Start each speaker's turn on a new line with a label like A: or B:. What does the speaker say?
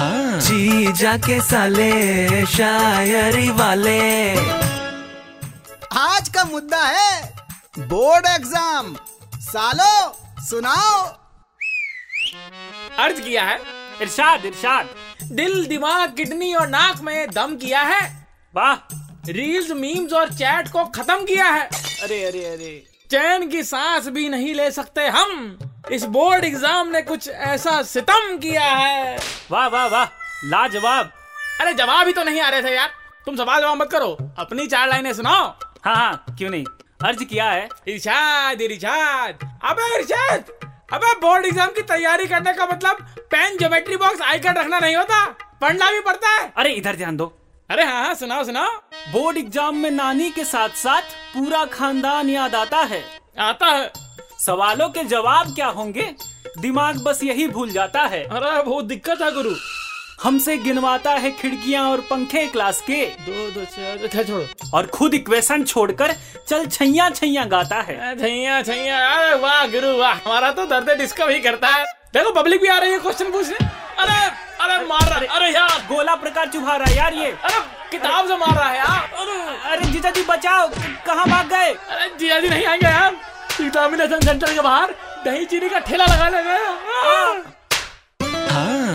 A: जी जाके साले शायरी वाले
B: आज का मुद्दा है बोर्ड एग्जाम सालो सुनाओ
C: अर्ज किया है इरशाद इरशाद दिल दिमाग किडनी और नाक में दम किया है वाह रील्स मीम्स और चैट को खत्म किया है अरे अरे अरे चैन की सांस भी नहीं ले सकते हम इस बोर्ड एग्जाम ने कुछ ऐसा सितम किया है वाह वाह वाह लाजवाब अरे जवाब ही तो नहीं आ रहे थे यार तुम सवाल जवाब मत करो अपनी चार लाइनें सुनाओ
D: हाँ हाँ क्यों नहीं अर्ज किया है
C: इरशाद इरशाद अबे इरशाद अबे बोर्ड एग्जाम की तैयारी करने का मतलब pen geometry box I card रखना नहीं होता पढ़ना भी पड़ता है
D: अरे इधर ध्यान दो
C: अरे हाँ हाँ सुनाओ सुनाओ
D: बोर्ड एग्जाम में नानी के साथ साथ पूरा खानदान याद आता है
C: आता है
D: सवालों के जवाब क्या होंगे दिमाग बस यही भूल जाता है
C: अरे बहुत दिक्कत है गुरु
D: हमसे गिनवाता है खिड़कियां और पंखे क्लास के
C: दो दो चार खैर छोड़ो
D: और खुद इक्वेशन छोड़कर चल छैया छैया गाता है
C: अरे छैया छैया अरे वाह गुरु वाह हमारा तो दर्द डिस्कव ही करता है देखो पब्लिक भी आ रही है क्वेश्चन पूछने अरे अरे मार रहा है अरे यार
D: गोला प्रकार चुभा रहा है यार ये
C: अरे किताब से मार रहा है यार अरे
D: अरे जीजा जी बचाओ कहाँ भाग गए
C: अरे जिया जी नहीं आएंगे यार एग्जामिनेशन सेंटर के बाहर दही चीनी का ठेला लगा लेंगे हाँ।